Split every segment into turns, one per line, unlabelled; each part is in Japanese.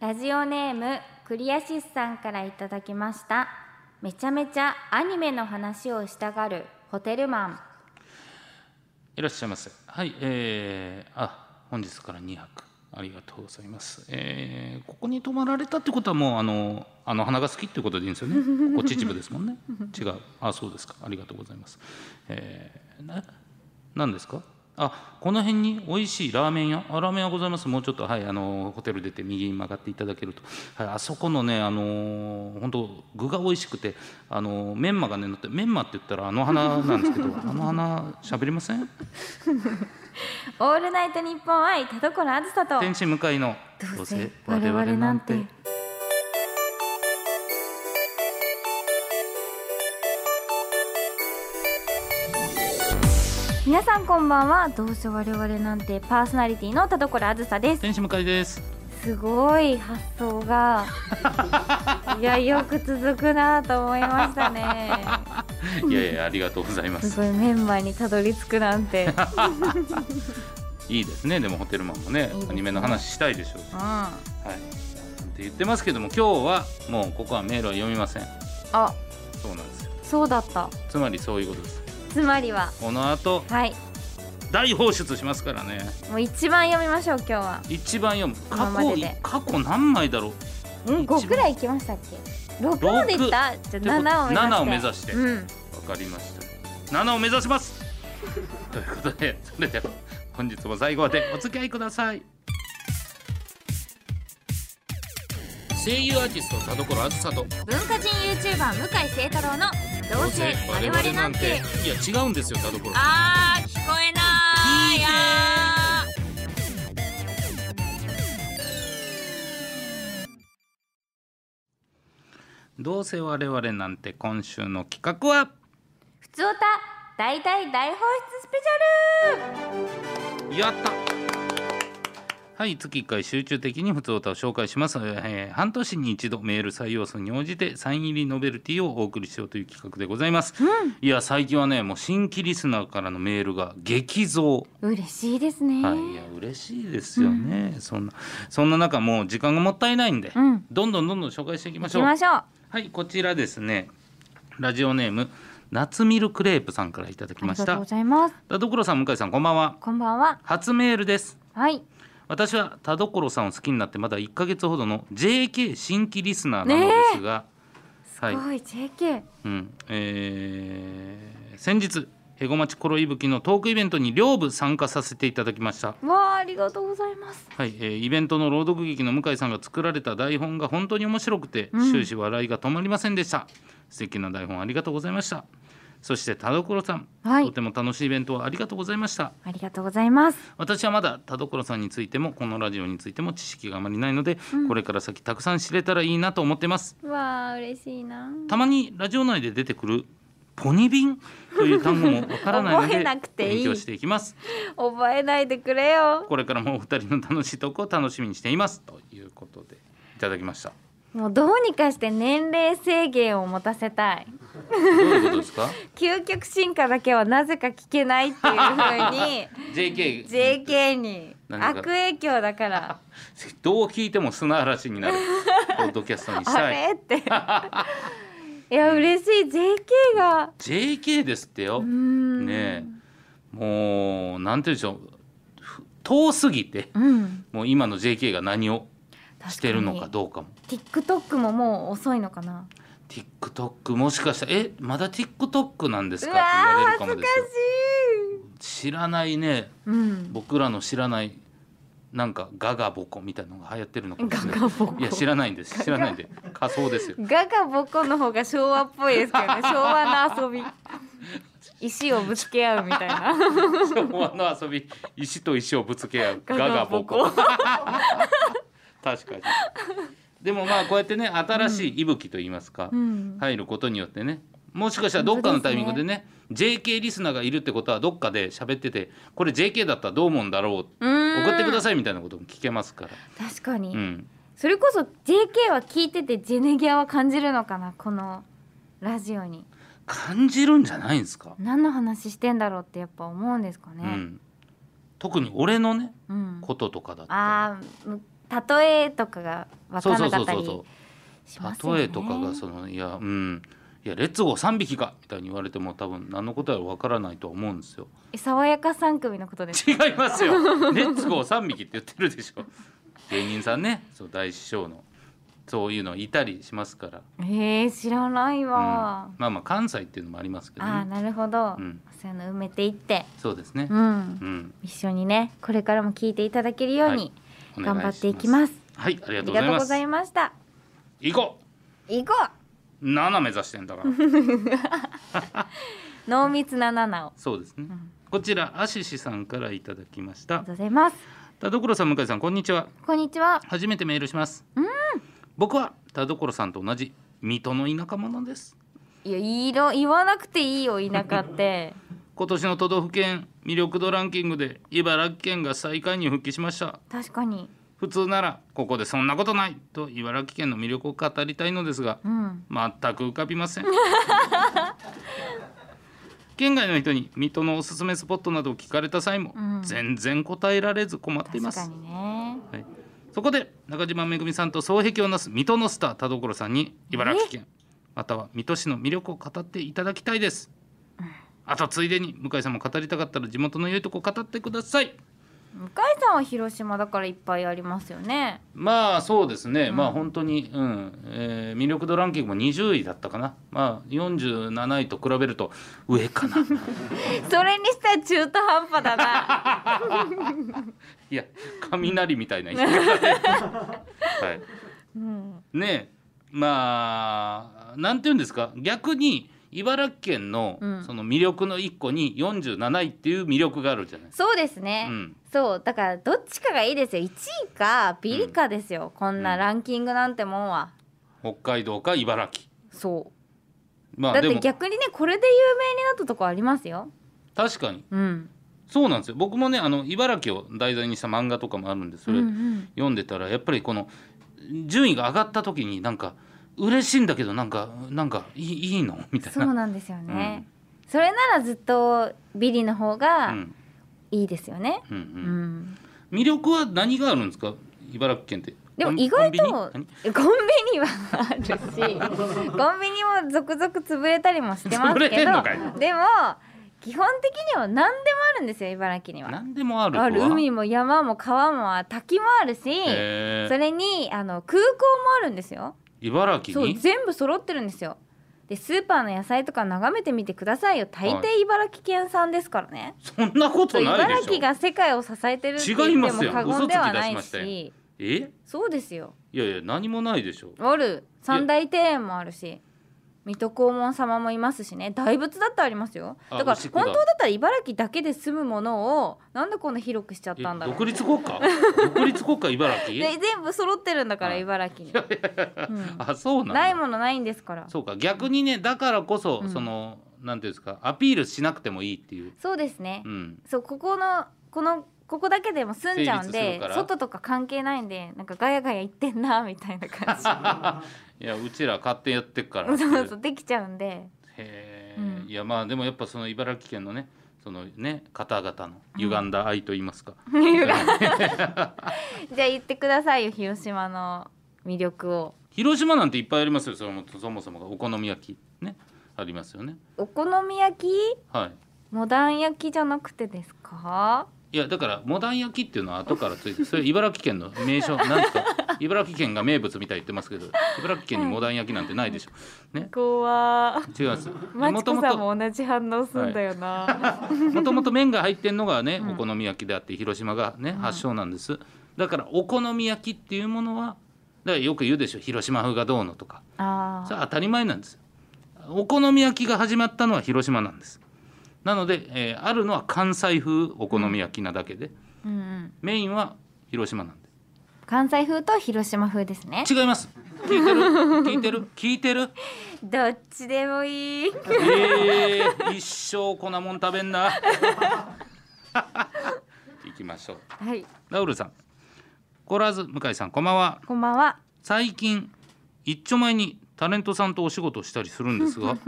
ラジオネームクリアシスさんからいただきましためちゃめちゃアニメの話をしたがるホテルマン
いらっしゃいませ。はい、えー、あ本日から2泊ありがとうございます。えー、ここに泊まられたってことはもうあのあの花が好きってことでいいんですよね。ここ秩父ですもんね。違う。あそうですか。ありがとうございます。えー、な何ですか。あこの辺に美味しいラーメン屋あラーメン屋ございますもうちょっとはいあのホテル出て右に曲がっていただけると、はい、あそこのねあの本当具が美味しくてあのメンマがね乗ってメンマって言ったらあの花なんですけどあの花喋りません
オールナイトニッポン愛田所あずさと
天使向かいの
どうせ我々なんて皆さんこんばんはどうせ我々なんてパーソナリティの田所あずさです
天使向かいです
すごい発想 がいやよく続くなと思いました ね
いやいやありがとうございますす
ごいメンバーにたどり着くなん て
いいですねでもホテルマンもね
いいですね
アニメの話したいでしょうし
う
は
んあ
いって言ってますけども今日はもうここはメールは読みませんそうなんですよ
そうだった
つまりそういうことです
つまりは
この後
はい
大放出しますからね
もう一番読みましょう今日は
一番読む過
今まで
去
で
過去何枚だろう
うん
一番
5くらい行きましたっけ6まで行ったじゃあ7を目指して
というこ
う
と
ん
わかりました7を目指します ということでそれでは本日も最後までお付き合いください声優アーティスト田所あずさと
文化人 YouTuber 向井聖太郎の「どうせ我々なんて
いや違うんですよ田所」
あー聞こえないあー
どうせ我々なんて今週の企画は
ふつおた大大大放出スペシャル
やったはい月1回集中的に普通歌を紹介します、えー半年に一度メール採用数に応じてサイン入りノベルティをお送りしようという企画でございます、いや最近はねもう新規リスナーからのメールが激増、
嬉しいですね、
はい、いや嬉しいですよね、そんなそんな中もう時間がもったいないんで、
うん
どんどんどんどん紹介していきま
行
しょ
き
う
ましょう
はいこちらですねラジオネーム夏ミルクレープさんからいただき
ありが
まし
とうご
た
ざいます
田所さん向井さんこんばんは
こんばんは
初メールです
はい
私は田所さんを好きになってまだ1ヶ月ほどの JK 新規リスナーなのですが、は
おい
い、
JK
うんえー先日へごまちころいぶきのトークイベントに両部参加させていただきました、
わあありがとうございます
はいえーイベントの朗読劇の向井さんが作られた台本が本当に面白くて、
うん
終始笑いが止まりませんでした素敵な台本ありがとうございましたそして田所さん、
はい
とても楽しいイベントをありがとうございました
ありがとうございます
私はまだ田所さんについてもこのラジオについても知識があまりないので、これから先たくさん知れたらいいなと思ってます
わあ嬉しいな
たまにラジオ内で出てくるポニビンという単語もわからないの
覚え
で
なくていい
勉強していきます
覚えないでくれよ
これからもお二人の楽しいトークを楽しみにしていますということでいただきました
もうどうにかして年齢制限を持たせたい
どういうことですか
究極進化だけはなぜか聞けないっていう風に
JK
JK に
なん
悪
か
影響だから
どう聞いても砂嵐になるポッドキャストにし
あ
たい
れって いや嬉しい JK が
JK ですってよ、
うーん
ねえもうなんて言うんでしょうふ遠すぎて
うん
もう今の JK が何を
確かに
してるのかどうかも
TikTok ももう遅いのかな
TikTok もしかしたら「えまだ TikTok なんです
う
か?」
わ
って言われる
ー
かも
恥ず
で
か
す
し
よ知らないね
いうん
僕らの知らないなんかガガボコみたいなのが流行ってるのかもしれない
ガガボコ
いや知らないんです知らないんで仮想ですよ
ガガボコの方が昭和っぽいですけど ね昭和の遊び石をぶつけ合うみたいな
昭和の遊び石と石をぶつけ合う ガ
ガガ
ガボ
ボ
コ
コ
確かにでもまあこうやってね新しい息吹といいますか、
うん
入ることによってねもしかしたらどっかのタイミングでね JK リスナーがいるってことはどっかで喋っててこれ JK だったらどう思うんだろう送
送
ってくだ
い
さいみたいなことも聞けますから、
確かに、
うん、
それこそ JK は聞いててジェネギアは感じるのかなこのラジオに
感じるんじゃないんですか、
何の話してんだろうってやっぱ思うんですか
う
ね
ん、特に俺のね
うん、
こととかだったら
あーむ例えとかが分からなかったり
そうそうそうそう
しますよね
例えとかがそのいやうんいやレッツゴー3匹かみたいに言われても多分何のことやらわからないとは思うんですよ
え爽やか三組のことです
違いますよレッツゴー3匹って言ってるでしょ芸人さんねそう大師匠のそういうのいたりしますから、
えー、知らない
うん
わ、
まあまあ関西っていうのもありますけど、
ああ
ね、
なるほど、
うん
そういうの埋めていって
そうですね
うん、
うん、
一緒にねこれからも聞いていただけるように、
お願
頑張っていきます
はいあり
あ
がと
り
う
が
ござい
とう
ま
ご
す
ざいました
行こ
行こ
う7目指してんだから
う濃密な七をあ
そうですね、
ん
こちらアシシさんからいただきまし
りが
た
とうございます
田所さん向井さんこんにちは
こんにちは
初めてメールします、僕は田所さんと同じ水戸の田舎者です
いやいろ言わなくていいよ田舎って
今年の都道府県魅力度ランキングで茨城県が最下位に復帰しました
確かに
普通ならここでそんなことないと茨城県の魅力を語りたいのですが
うん
全く浮かびません県外の人に水戸のおすすめスポットなどを聞かれた際も
うん
全然答えられず困っていま
確
す、
かにね
はい、そこで中島めぐみさんと双璧をなす水戸のスター田所さんに茨城県または水戸市の魅力を語っていただきたいです、あとついでに向井さんも語りたかったら地元の良いとこ語ってください
向井さんは広島だからいっぱいありますよね
まあそうですね、
うん
まあ本当に、うんえー魅力度ランキングも20位だったかな、まあ、47位と比べると上かな
それにしては中途半端だな
いや雷みたいな言 い方ではい
うん
ねえまあなんて言うんですか逆に茨城県の
うん
その魅力の一個に47位っていう魅力があるじゃないですか。
そうですね、
うん
そうだからどっちかがいいですよ1位かビリかですよ、こんなランキングなんてもんは、
北海道か茨城。
そう
ま
だ
あ
っ
で
て
も
逆にねこれで有名になったとこありますよ
確かに
うん
そうなんですよ僕もねあの茨城を題材にした漫画とかもあるんでそれ
うんうん
読んでたらやっぱりこの順位が上がった時になんか嬉しいんだけどなんかなんかいいいいのみたい
そう
な。
なんですよね、それならずっとビリの方
う
が
ん
いいですよね
うんう
うん、
ん魅力は何があるんですか茨城県って。
で
コ
も
ン
意外と
コン
コ
ビニ
ンビニはあ るしコンビニも続々潰れたりもしてます
潰れて
け
ん
ど
のかい
でも基本的には何でもあるんですよ茨城には。
何でもあるとは
ある海も山も川も滝もあるし
へー
それにあの空港もあるんですよ。
茨城
そう
に
全部揃ってるんですよでスーパーの野菜とか眺めてみてくださいよ大抵茨城県産ですからね、
そんなこと
そう
ない
茨
で
城
しょ
が世界を支えてるって
違い
言
ま
って
すよ
も過言ではない
嘘
し
つき出しまえ
そうですよ
いやいや何もないでしょ
ある三大庭園もあるし水戸黄門様もいますしね大仏だってありますよ
あ
だから
牛久
本
だ
当だったら茨城だけで住むものをなんでこんな広くしちゃっ
え
たんだろう
独立国家独立国家茨城
で全部揃ってるんだから
はい
茨城に、うん
あそうなんだ
ないものないんですから
そうか逆にねだからこそ、
うん
そのなんていうんですかアピールしなくてもいいっていう、
そうですね
うん、
そうここのこのここだけでも住んじゃうん
成立す
で
るから
外とか関係ないんでなんかガヤガヤ言ってんなみたいな 感じ
いやうちら勝手にやってっからって い
そうそう
う
できちゃうんで
へえ、
うん
いやまあでもやっぱその茨城県のねそのね方々の歪んだ愛と言いますか、
じゃあ言ってくださいよ広島の魅力を
広島なんていっぱいありますよそれもそもそもがお好み焼きねありますよね
お好み焼き
はい
モダン焼きじゃなくてですか
いやだからモダン焼きっていうのは後からついてそれ茨城県の名所なんですか茨城県が名物みたいに言ってますけど茨城県にモダン焼きなんてないでしょね
こは
違います
マ
も
チ
と
コ
も
さ
と
んも同じ反応すんだよな、
もともと麺が入ってんのがね
ん
お好み焼きであって広島がね発祥なんですだからお好み焼きっていうものはだからよく言うでしょ広島風がどうのとか
あ
それ
あ
は当たり前なんですよお好み焼きが始まったのは広島なんですなので、えーあるのは関西風お好み焼きなだけで、
うんうん
メインは広島なんで
関西風と広島風ですね
違います聞いてる聞いてる聞いてる
どっちでもい い
えー、一生粉もん食べんな 行きましょう
はい
ラウルさんコラーズ向井さんこんばんは
こんばんは
最近一丁前にタレントさんとお仕事をしたりするんですが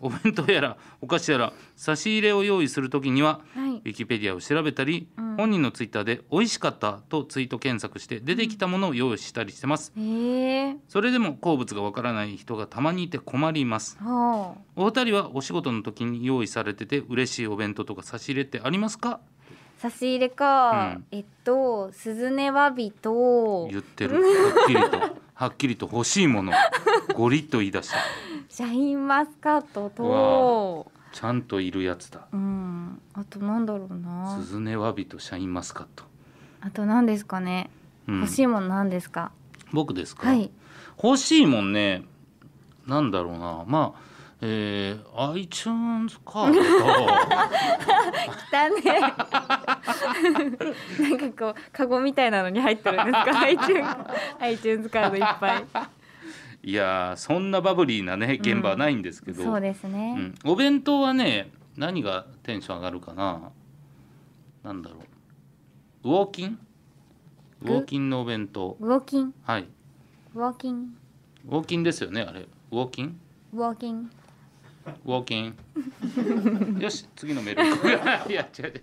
お弁当やらお菓子やら差し入れを用意する時には
はい
ウィキペディアを調べたり、本人のツイッターで「美味しかった」とツイート検索して出てきたものを用意したりしてます。
へえ
それでも好物がわからない人がたまにいて困ります。
ほう
お二人はお仕事の時に用意されてて嬉しいお弁当とか差し入れってありますか？
差し入れか、
うん
えっとスズネワビと
言ってる。はっきりとはっきりと欲しいものゴリッと言い出した。
シャインマスカット
う
と
ちゃんといるやつだ。
うんあとなんだろうな
スズネワビとシャインマスカット。
あと何ですかね、
うん
欲しいもの何ですか
僕ですか、
はい
欲しいもんねなんだろうなまあえー、iTunes カードと
来たねなんかこうカゴみたいなのに入ってるんですか iTunes, iTunes カードいっぱい
いやーそんなバブリーなね現場はないんですけど、
そうです
う
ね、
んお弁当はね何がテンション上がるかななんだろうウォーキンウ
ぐ
ォーキンのお弁当
ウォーキン
はい
ウォーキン
ウォーキンですよねあれウォーキン
ウォーキン
ウォーキン よし次のメール行こういや違う違う
で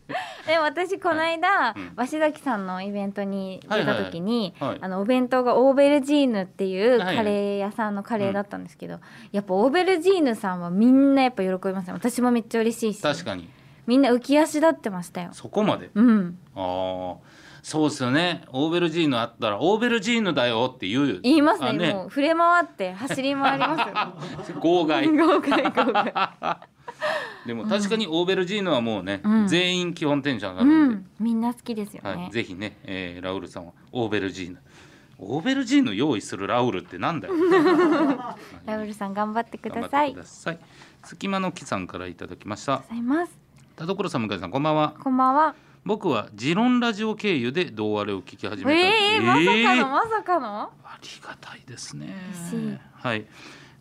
も私この間、
うん
鷲崎さんのイベントに出た時に、
はいはいはいはい
あのお弁当がオーベルジーヌっていう
はいはい
カレー屋さんのカレーだったんですけど、やっぱオーベルジーヌさんはみんなやっぱ喜びますね私もめっちゃ嬉しいし
確かに
みんな浮き足立ってましたよ
そこまで
うん
ああそうですよねオーベルジーヌあったらオーベルジーヌだよって言うよ
言いますね
あ
もう触れ回って走り回り ますよ
号外
豪快豪快
でも確かにオーベルジーヌはもうね、
うん
全員基本テンション上が
う
るんで、
んみんな好きですよね、
はい、ぜひね、えーラウルさんはオーベルジーヌオーベルジーヌ用意するラウルってなんだよ
ラウルさん頑張ってくだ
頑
さ
張っ
い
てください隙間の木さんからいただきました
ございます
田所さん向井さんこんばんは
こんばんは
僕はジロンラジオ経由で童話れを聞き始めたんです
ええまさか
え
の
ー
まさかの
ありがたいですね
嬉しい。
はい。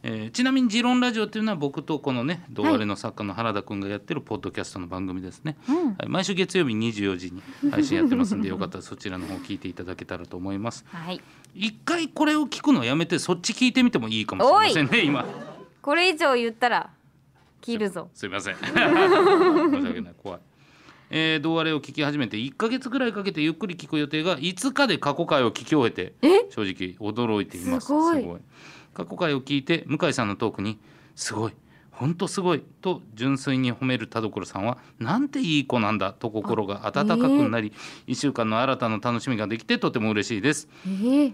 えーちなみに「ジロンラジオ」というのは僕とこのね同割れの作家の原田君がやってるポッドキャストの番組ですね、
うん
はい、毎週月曜日24時に配信やってますんでよかったらそちらの方聞いていただけたらと思います
はい
一回これを聞くのやめてそっち聞いてみてもいいかもしれませんね今
これ以上言ったら切るぞ
すい ません申し訳ない怖いえー、同割れを聞き始めて1か月ぐらいかけてゆっくり聞く予定が5日で過去回を聞き終えて
え
正直驚いています
すごい
過去回を聞いて向井さんのトークに「すごい本当すごい」と純粋に褒める田所さんは「なんていい子なんだ」と心が温かくなり、1週間の新たな楽しみができてとても嬉しいです
えー、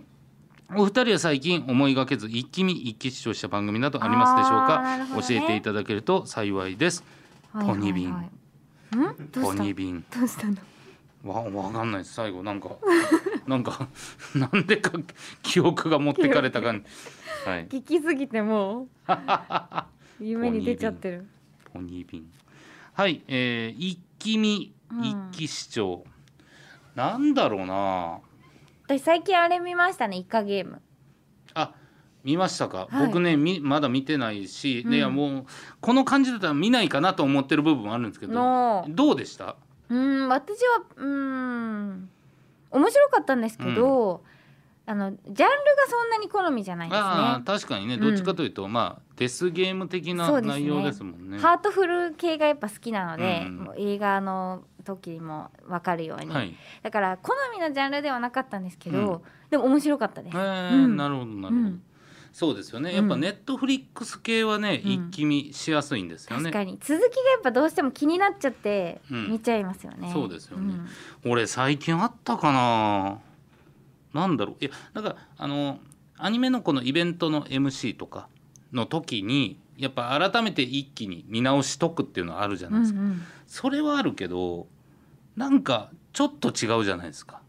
お二人は最近思いがけず一気見一気視聴した番組などありますでしょう
あーなる
か、
ほどね
教えていただけると幸いです
はいはいはい
ポニビン
んどう
ポ
した
ニビン
どうしたの
わわかんないです最後なんか なんかなんでか記憶が持ってかれた感じはい
聞きすぎて もう夢に出ちゃってる
ポニービン。はい、えー、一気見、
うん
一気視聴。なんだろうな。
私最近あれ見ましたねイカゲーム
あ、見ましたか。
はい
僕ね、み、まだ見てないし、
うん
いや、もう。この感じだったら、見ないかなと思ってる部分もあるんですけど。
の
どうでした。
うん私はうん面白かったんですけど、あのジャンルがそんなに好みじゃないですね
ああ、確かにね、
うん
どっちかというと、まあ、デスゲーム的
そ
な
うですね
内容ですもんね。
ハートフル系がやっぱ好きなので、
うん
もう映画の時も分かるように、
はい。
だから好みのジャンルではなかったんですけど、
うん
でも面白かったで
え
す、
ー
うん
なるほど、なるほど。
うん
そうですよね。やっぱ
うん
ネットフリックス系はね、
うん
一気見しやすいんですよね。
確かに続きがやっぱどうしても気になっちゃって
うん
見ちゃいますよね、
そうですよね
ん
俺最近あったかななんだろういやなんかあのアニメのこのイベントの MC とかの時にやっぱ改めて一気に見直しとくっていうのはあるじゃ
う
ない
ん
で
う
すか、
ん
それはあるけどなんかちょっと違うじゃないですか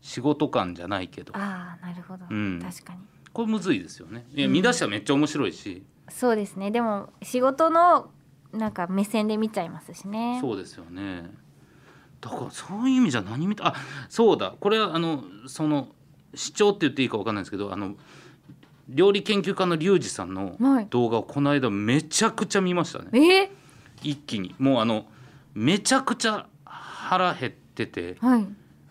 仕事感じゃないけど
ああなるほど、
うん
確かに
これむずいですよねいや
うん
見出したらめっちゃ面白いし、
そうですねでも仕事のなんか目線で見ちゃいますしね
そうですよねだからそういう意味じゃ何見たあそうだこれはあのその視聴って言っていいか分かんないですけどあの料理研究家のリュウジさんの
はい
動画をこの間めちゃくちゃ見ましたね
え
一気にもうあのめちゃくちゃ腹減ってて
はい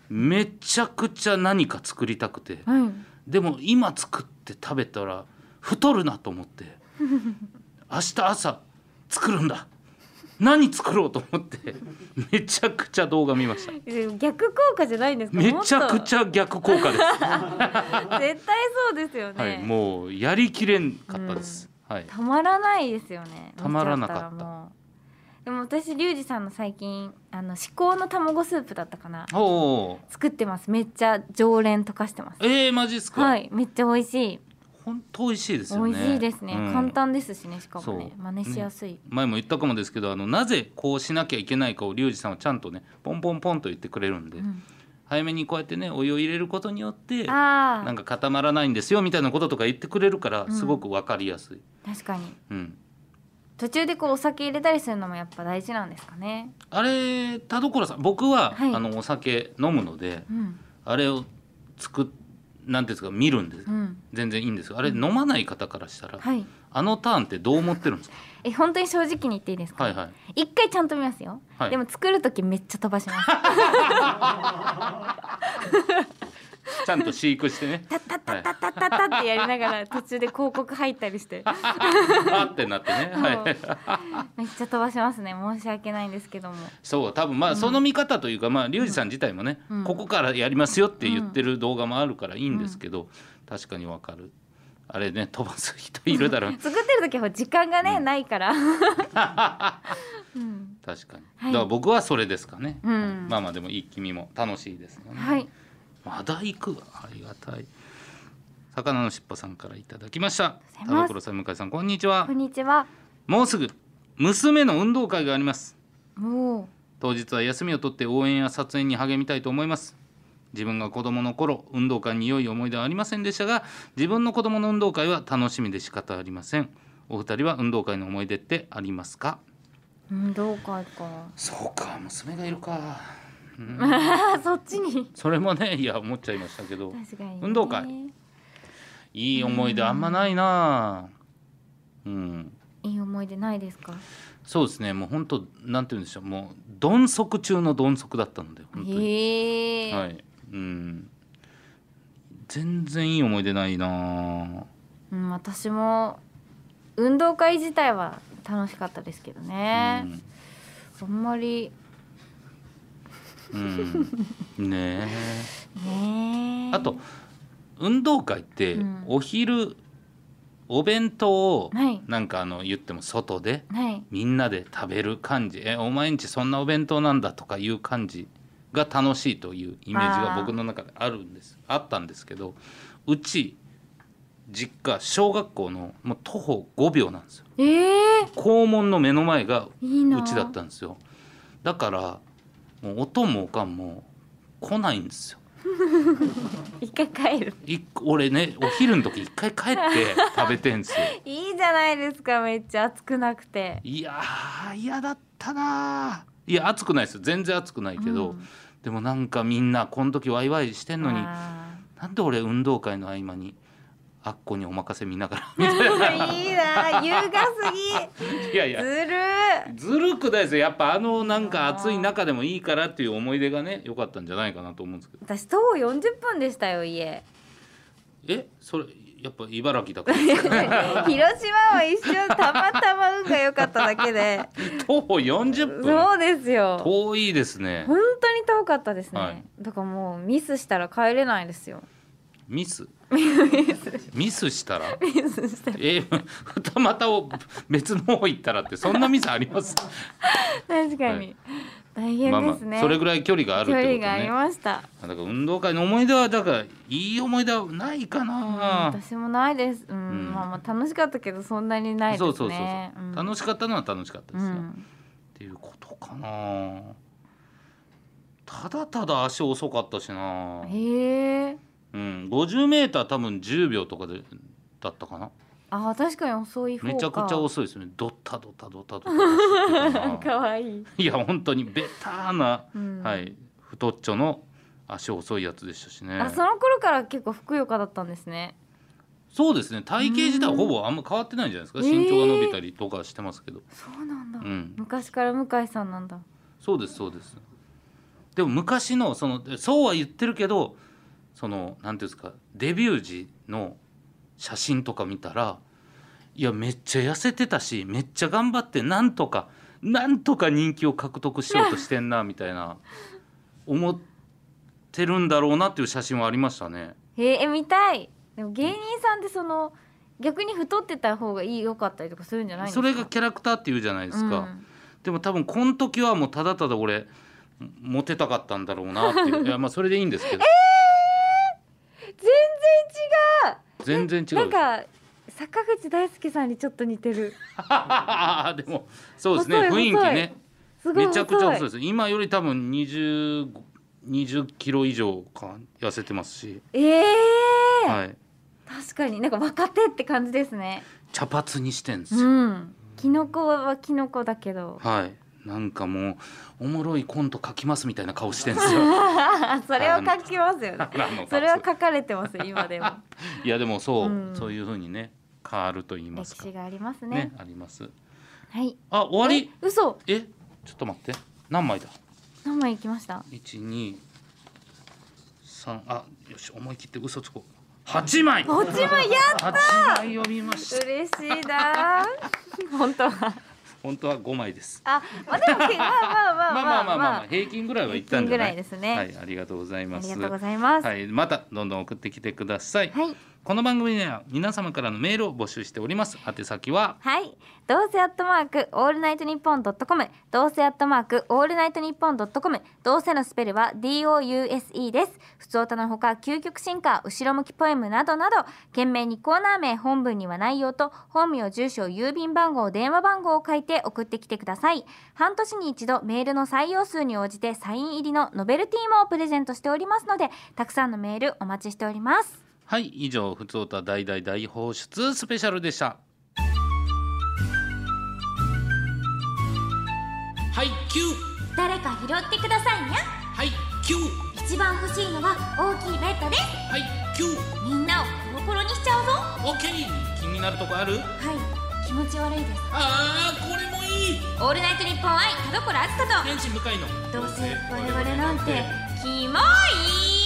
めちゃくちゃ何か作りたくて
はい
でも今作って食べたら太るなと思って 明日朝作るんだ何作ろうと思ってめちゃくちゃ動画見ま した
逆効果じゃないんですか
めちゃくち
ゃ
ゃ逆 効果です、
絶対そうですよね、
はい、もうやりきれんかったです、はい、
たまらないですよね
たまらなかった
見ちゃらもうでも私リュウジさんの最近あの至高の卵スープだったかな
おお
作ってますめっちゃ常連溶かしてます
えー、マジっすか、
はいめっちゃ美味しい
本当美味しいですよね
美味しいですね、
うん
簡単ですしねしかもね
そう
真似しやすい、
前も言ったかもですけどあのなぜこうしなきゃいけないかをリュウジさんはちゃんとねポンポンポンと言ってくれるんで、
うん
早めにこうやってねお湯を入れることによってな
あ
ん
あ
か固まらないんですよみたいなこととか言ってくれるから
うん
すごく分かりやすい、
確かに
うん
途中でこうお酒入れたりするのもやっぱ大事なんですかね
あれ田所さん僕は、
はい
あのお酒飲むので
うん
あれを作っなんていうんですか見るんです、
うん
全然いいんですよあれ飲まない方からしたら、
はい
あのターンってどう思ってる んですか
え本当に正直に言っていいですか、
はいはい
一回ちゃんと見ますよ、
はい
でも作る時めっちゃ飛ばします
ちゃんと飼育して ね
タッタッタッタッタッタッタッってやりながら途中で広告入ったりして
あってなってね、はい、
めっちゃ飛ばしますね申し訳ないんですけども
そう多分まあその見方というか、まあリュウジさん自体もね、
うん
ここからやりますよって言ってる動画もあるからいいんですけど、確かにわかるあれね飛ばす人いるだろう
作ってる時は時間がね、
うん
ないから、うん、
確かに、
はい
だから僕はそれですかね、
うん
まあまあでもいい君も楽しいですよね、
はい
まだ行くわありがたい魚のしっぽさんからいただきました
あり
田
がとうございます
所さん向井さんこんにちは
こんにちは
もうすぐ娘の運動会があります
もう
当日は休みを取って応援や撮影に励みたいと思います自分が子供の頃運動会に良い思い出はありませんでしたが自分の子供の運動会は楽しみで仕方ありませんお二人は運動会の思い出ってありますか
運動会か
そうか娘がいるか
あそっちに
それもね いや思っちゃいましたけど
確かにね、
運動会いい思い出あんまないなうん、
いい思い出ないですか
そうですねもう本当なんて言うんでしょうもうどん底中のどん底だったので本当に
へえ、
はい、うん。全然いい思い出ないな。
うん、私も運動会自体は楽しかったですけどね、あんまり
うん、うん、ね
ね
え。
え
あと運動会って
うん
お昼お弁当を
はい
なんかあの言っても外で
はい
みんなで食べる感じ、えお前んちそんなお弁当なんだとかいう感じが楽しいというイメージが
あー
僕の中であるんですあったんですけど、うち実家小学校のもう徒歩5秒なんですよ。
ええ
校門の目の前が
いいな
うちだったんですよだからもうおとんもおかんも来ないんですよ
一回帰る
い俺ねお昼の時一回帰って食べてんですよ
いいじゃないですかめっちゃ暑くなくて
いやー嫌だったなーいや暑くないですよ全然暑くないけど、
うん
でもなんかみんなこの時ワイワイしてんのに
あ
なんで俺運動会の合間にあっこにお任せ見なが らみたい
ー いいな優雅すぎ
ないやいや
ずる
ずるくないですよやっぱあのなんか暑い中でもいいからっていう思い出がね良かったんじゃないかなと思うんですけど
私徒歩40分でしたよ家
えそれやっぱ茨城だか ら
広島は一瞬たまたま運が良かっただけで
徒歩40分
そうですよ
遠いですね
本当に遠かったですね、
はい
だからもうミスしたら帰れないです よ
ミスミスしたら
ミスしたら
え二股を別の方行ったらってそんなミスあります
確かに、
はい
大
まあ
変
ま
ですね、
あそれぐらい距離があるってこと
距離があり
ね
ました
だから運動会の思い出はだからいい思い出はないか
うん
な
私もないです。うん、
うん
まあまあ楽しかったけどそんなにないです
そ
ね。
うそうそうそううん楽しかったのは楽しかったですね、
う
っ
ん
ていうことかなただただ足遅かったしな
へえ。
うん、50m 多分10秒とかでだったかな
あ確かに遅い方か。
めちゃくちゃ遅いですねドタドタドタドタ
可愛い。
いや本当にベターな、
うん
はい、太っちょの足遅いやつでしたしね
あその頃から結構ふくよかだったんですね。
そうですね体型自体はほぼあんま変わってないんじゃないですか身長が伸びたりとかしてますけど、
そうなんだ。
うん、
昔から向井さんなんだ。
そうですそうですでも昔のそのそうは言ってるけどそのなんていうんですかデビュー時の写真とか見たらいやめっちゃ痩せてたしめっちゃ頑張ってなんとかなんとか人気を獲得しようとしてんなみたいな思ってるんだろうなっていう写真はありましたね。
へえ見たいでも芸人さんってその逆に太ってた方がいい良かったりとかするんじゃないんです
そ
か
れがキャラクターっていうじゃないですか、
うん
でも多分この時はもうただただ俺モテたかったんだろうなってい ういやまあそれでいいんですけど
全然違う
全然違う
なんか坂口大輔さんにちょっと似てる
でもそうですね
細
雰
い
囲気ね
すごい
めちゃくちゃ細い
細
で
い
す今より多分20 20キロ以上か痩せてますし、
ええー
はい、
確かになんか若手って感じですね
茶髪にしてんですよ、
うんキノコはキノコだけ ど
はいなんかもうおもろいコント書きますみたいな顔してんですよ
それは書きますよね
あの
それは書かれてますよ今でも
いやでもそう、
うん
そういう風にね変わると言いま
歴
すか
史がありますね
ねあります
はい
あ終わり
え嘘
えちょっと待って何枚だ
何枚いきました
一二三あよし思い切って嘘つこう八枚
落ちもや
八枚読みました
嬉しいな 本当は
本当は五枚です
あ、まあ、でもけまあまあ
ま
ま
あ
あま
ま
あ
あまあまあ、まあ、
あ
平均ぐらいはいったんじゃない
平均ぐらいですね
はいありがとうございます
りがとうございますは
はいまたどんどん送ってきてください、
い
この番組では皆様からのメールを募集しております宛先は
はい、どうせアットマークオールナイトニッポンドットコム、どうせアットマークオールナイトニッポンドットコム、どうせのスペルは D O U S E です。普通歌のほか究極進化、後ろ向きポエムなどなど、懸命にコーナー名、本文には内容と本名、住所、郵便番号、電話番号を書いて送ってきてください。半年に一度メールの採用数に応じてサイン入りのノベルティもプレゼントしておりますので、たくさんのメールお待ちしております。
はい以上ふつおた大大大放出スペシャルでしたはいキュー
誰か拾ってくださいに
はいキュー
一番欲しいのは大きいベッドです。
はいキュー
みんなをコロコロにしちゃうぞは
オッケー気になるとこある
い気持ち悪いです
あーこれもいい
オールナイトニッポン愛田所あずさ
天使向かいの
とどうせ我々なんてキモい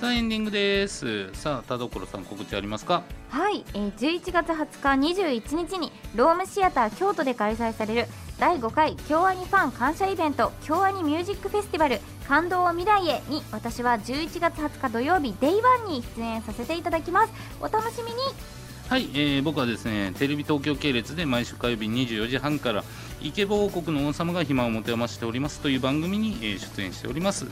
さあエンディングですさあ田所さん告知ありますか
はい、えー、11月20日21日にロームシアター京都で開催される第5回京アニファン感謝イベント京アニミュージックフェスティバル感動を未来へに私は11月20日土曜日デイワンに出演させていただきますお楽しみに
はい、えー僕はですねテレビ東京系列で毎週火曜日24時半から「イケボ王国の王様が暇を持て余しております」という番組に、えー出演しております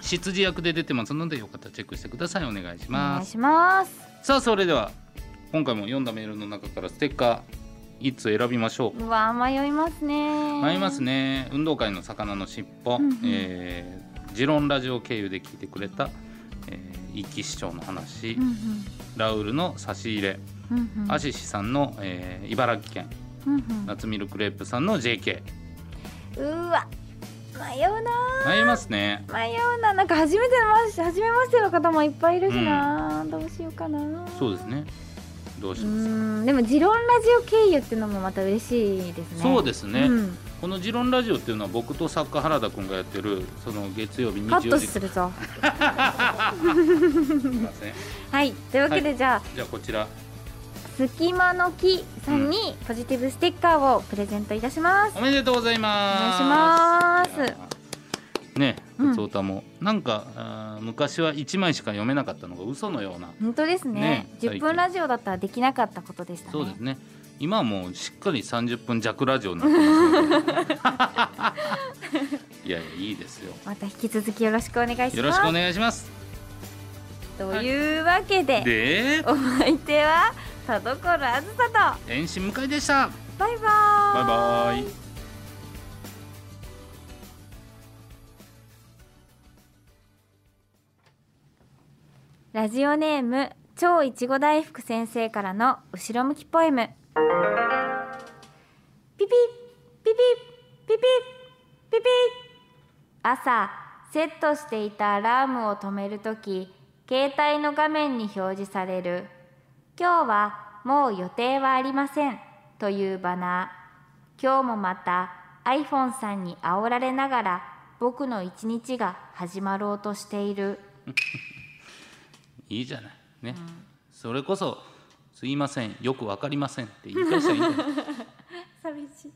執事役で出てますのでよかったらチェックしてくださいお願いし
お願
ま
い
す
します
さあそれでは今回も読んだメールの中からステッカー1つ選びましょう
うわ迷いますね
迷いますね運動会の魚の尻尾、
うんうん
えージロンラジオ経由で聞いてくれた、えー、壱岐市長の話、
うん
ラウルの差し入れ、
うんうんうん
アシシさんの、えー茨城県
うんうん
夏ミルクレープさんの JK
うーわ迷うな
迷いますね
ー迷うななんか初めてのまし初めましての方もいっぱいいるしなー、どうしようかなー
そうですねどう
う
しますか
ーんでも「ジロンラジオ」経由ってのもまた嬉しいですね
そうですね、
うん
この「ジロンラジオ」っていうのは僕と作家原田君がやってるその月曜日
カ
日
ッ
曜
ト
日
するぞ
すいません
はいというわけで、
は
じゃあ
じゃあこちら
「隙間の木」さんにポジティブステッカーをプレゼントいたします、
おめでとうございます
お願いします
やーね
うん
ふつおたも、なんかあー昔は1枚しか読めなかったのが嘘のような
本当ですね
ね
10
最近
分ラジオだったらできなかったことでしたね
そうですね今はもうしっかり30分弱ラジオになってますの でいやいやいいですよ
また引き続きよろしくお願いします
よろしくお願いします
というわけで、
で
お相手は田所あずさと
遠心向かいでした
バイバー
バイバイ
ラジオネーム超いちご大福先生からの後ろ向きポエムピピッピピッピピッピピッ朝セットしていたアラームを止めるとき携帯の画面に表示される「今日はもう予定はありません」というバナー今日もまた iPhone さんに煽られながら僕の一日が始まろうとしている
いいじゃないね、それこそ「すいませんよくわかりません」って言い返したらいいんじゃない
寂しい